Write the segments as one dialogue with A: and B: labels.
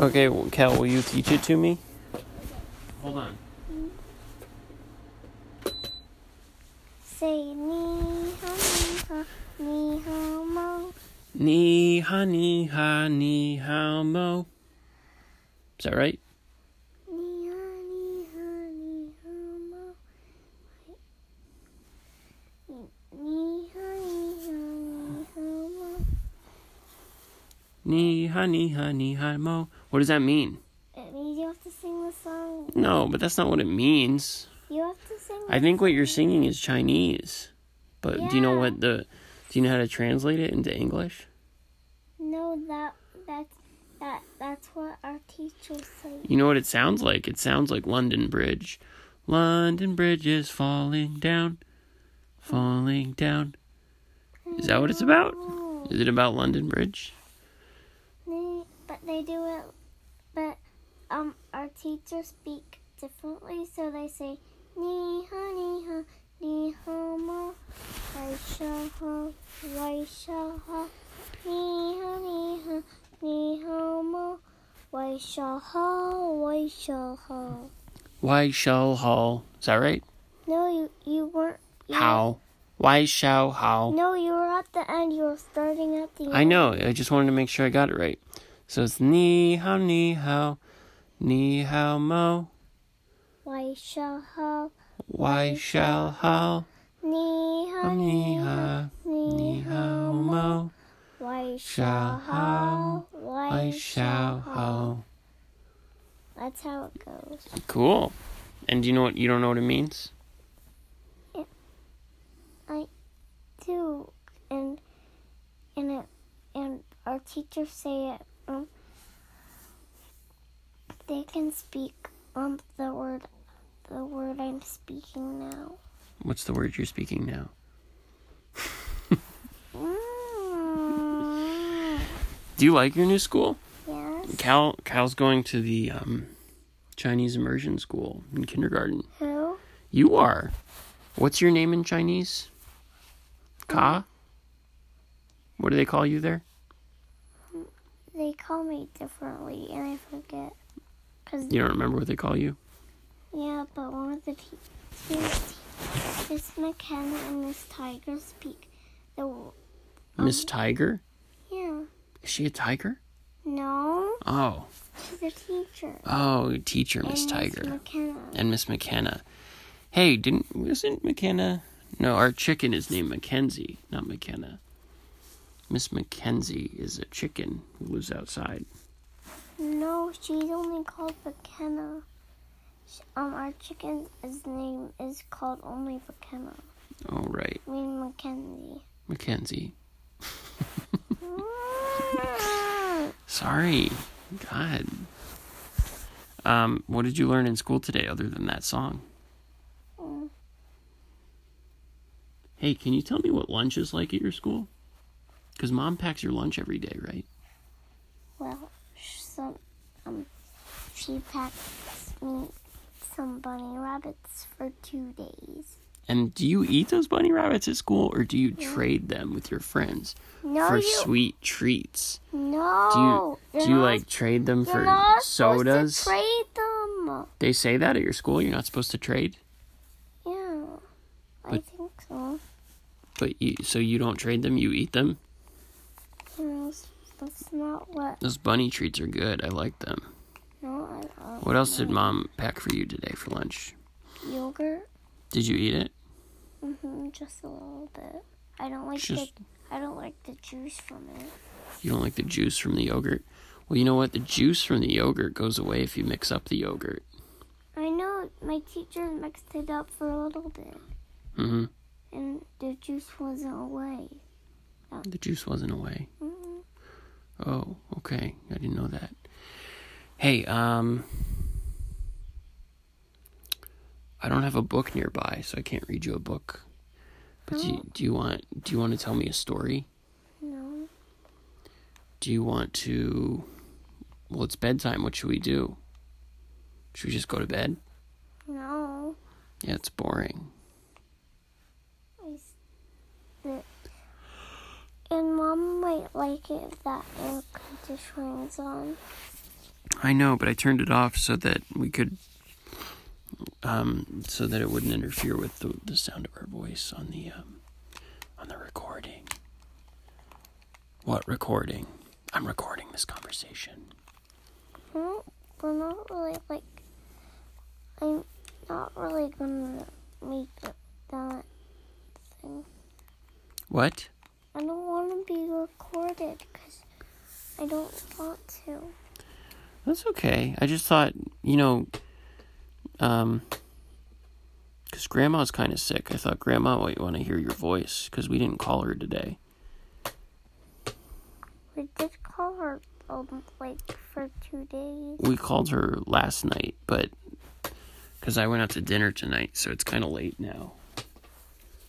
A: Okay, well, Cal, will you teach it to me?
B: Hold on.
C: Say ni ha ni ha ni ha mo.
A: Ni ha ni ha ni how mo. Is that right?
C: Ni ha ni ha ni ha mo. Ni ha ni ha ni ha mo.
A: Ni ha ni ha ni ha mo. What does that mean?
C: It means you have to sing the song.
A: No, but that's not what it means.
C: You have to sing.
A: I think what you're singing is Chinese. But do you know
C: Yeah.
A: what the do you know how to translate it into English?
C: No, that that's that that's what our teacher said.
A: You know what it sounds like? It sounds like London Bridge. London Bridge is falling down. Falling down. Is that what it's about?
C: No.
A: Is it about London Bridge?
C: They, but they do it. But um, our teachers speak differently, so they say ni ha ni ha ni ha ma wai sha ha wai sha ha ni ha ni ha ni ha ma wai sha ha wai sha ha.
A: Why shall hall? Is that right?
C: No, you you weren't. You
A: How? Why shall how?
C: No, you were at the end. You were starting at the end.
A: I know. I just wanted to make sure I got it right. So it's ni hao ni hao, ni hao mo.
C: Why shall how
A: Why shall how?
C: ni ha
A: Ni ha
C: ni
A: ni
C: ha
A: hao
C: ma.
A: mo.
C: Why
A: Shall
C: shall how?
A: Why
C: Why
A: shall how?
C: That's how it goes.
A: Cool. And do you know what? You don't know what it means?
C: Too and and it and our teachers say it. Um, they can speak um the word the word I'm speaking now.
A: What's the word you're speaking now?
C: Mm.
A: Do you like your new school?
C: Yes.
A: Cal Cal's going to the um, Chinese immersion school in kindergarten.
C: Who?
A: You are. What's your name in Chinese? Ka. What do they call you there?
C: They call me differently, and I forget. Cause
A: You don't remember what they call you?
C: Yeah, but one of the pe- two, Miss McKenna and Miss Tiger speak the w-
A: Miss Tiger?
C: yeah.
A: Is she a tiger?
C: No,
A: Oh.
C: she's a teacher.
A: Oh, teacher Miss
C: And Miss
A: Tiger.
C: McKenna.
A: And Miss McKenna. Hey, didn't wasn't McKenna No, our chicken is named Mackenzie, not McKenna. Miss Mackenzie is a chicken who lives outside.
C: No, she's only called McKenna. Sh um, our chicken's name is called only McKenna.
A: All right,
C: I mean Mackenzie.
A: Mackenzie.
C: Mm.
A: Sorry. God. Um, what did you learn in school today other than that song?
C: Mm.
A: Hey, can you tell me what lunch is like at your school? Because mom packs your lunch every day, right?
C: Well, sh- some um, she packs me some bunny rabbits for two days.
A: And do you eat those bunny rabbits at school or do you trade them with your friends
C: No,
A: for
C: you
A: sweet treats? Do you
C: no.
A: do you like trade them
C: you're
A: for
C: not supposed
A: sodas?
C: To trade them.
A: They say that at your school you're not supposed to trade,
C: Yeah, I
A: But-
C: think so.
A: but you so you don't trade them, you eat them.
C: You know, s- that's not what.
A: Those bunny treats are good. I like them.
C: No, I love
A: What else did mom pack for you today for lunch?
C: yogurt.
A: Did you eat it?
C: hmm just a little bit. I don't like
A: Just-
C: the. I don't like the juice from it.
A: You don't like the juice from the yogurt? Well, you know what? The juice from the yogurt goes away if you mix up the yogurt.
C: I know my teacher mixed it up for a little bit.
A: hmm
C: and the juice wasn't away.
A: The juice wasn't away.
C: Mm,
A: Oh, okay. I didn't know that. Hey, um I don't have a book nearby, so I can't read you a book. But do you, do you want do you want to tell me a story?
C: no.
A: Do you want to Well, it's bedtime. What should we do? Should we just go to bed?
C: No.
A: Yeah, it's boring.
C: Mom might like it if that air conditioning's on.
A: I know, but I turned it off so that we could, um, so that it wouldn't interfere with the, the sound of our voice on the, um, on the recording. What recording? I'm recording this conversation.
C: I don't- We're not really like. I'm not really gonna make it that thing.
A: What?
C: I don't want to be recorded because I don't want to.
A: That's okay. I just thought, you know, um, because grandma's kind of sick. I thought grandma might want to hear your voice because we didn't call her today.
C: We did call her um like for two days.
A: We called her last night, but because I went out to dinner tonight, so it's kind of late now.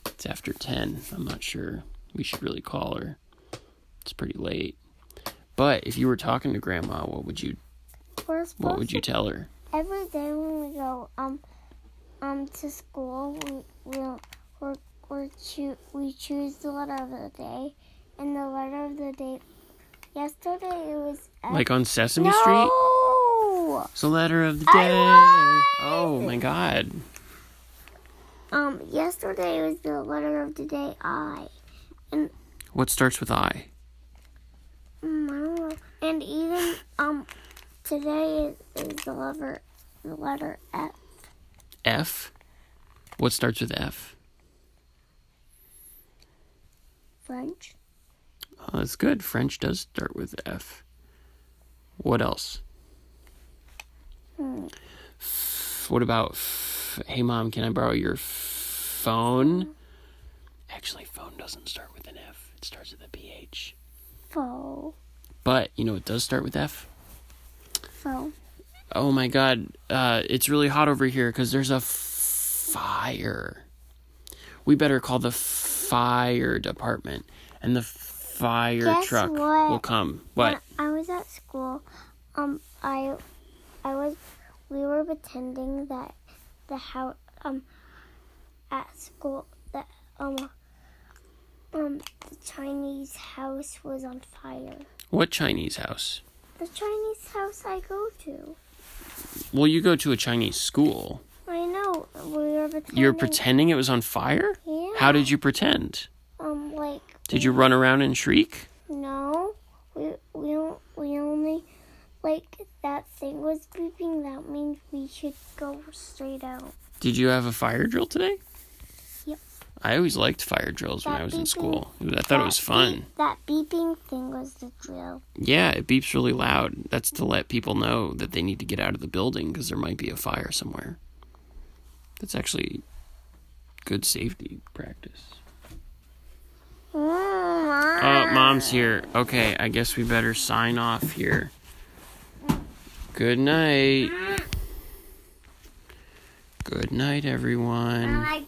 A: It's after 10. I'm not sure. We should really call her. It's pretty late. But if you were talking to grandma, what would you
C: We're
A: what
C: supposed
A: would you
C: to-
A: tell her?
C: every day when we go um um to school, we we'll, we're we're choo- we choose the letter of the day, and the letter of the day. Yesterday it was F.
A: Like on Sesame
C: no!
A: Street? It's the letter of the day. Oh my god.
C: Um, yesterday was the letter of the day I.
A: What starts with I?
C: Mm, I don't know. And even um today is, is the letter the letter F.
A: F? What starts with F?
C: French.
A: Oh, that's good. French does start with F. What else?
C: Hmm.
A: F- What about, f- hey mom, can I borrow your phone? Actually, phone doesn't start with an F, it starts with a PH.
C: Faux.
A: But, you know, it does start with F.
C: Faux.
A: Oh my god, uh, it's really hot over here because there's a f- fire. We better call the fire department and the fire
C: Guess
A: truck
C: what?
A: will come. What?
C: When I was at school, um, I, I was, we were pretending that the house, um, at school, that um, um, the Chinese house was on fire.
A: What Chinese house?
C: The Chinese house I go to.
A: Well, you go to a Chinese school.
C: I know we were pretending.
A: You're pretending it was on fire?
C: Yeah.
A: How did you pretend?
C: Um, like.
A: Did you run around and shriek?
C: No, we we don't, we only like that thing was beeping. That means we should go straight out.
A: Did you have a fire drill today?
C: Yep.
A: I always liked fire drills when
C: That
A: I was in
C: beeping-
A: school. I thought it was
C: beep-
A: fun.
C: that beeping thing was the drill.
A: Yeah, it beeps really loud. That's to let people know that they need to get out of the building because there might be a fire somewhere. That's actually good safety practice. Oh, mom's here. Okay, I guess we better sign off here. Good night. Good night, everyone.
C: I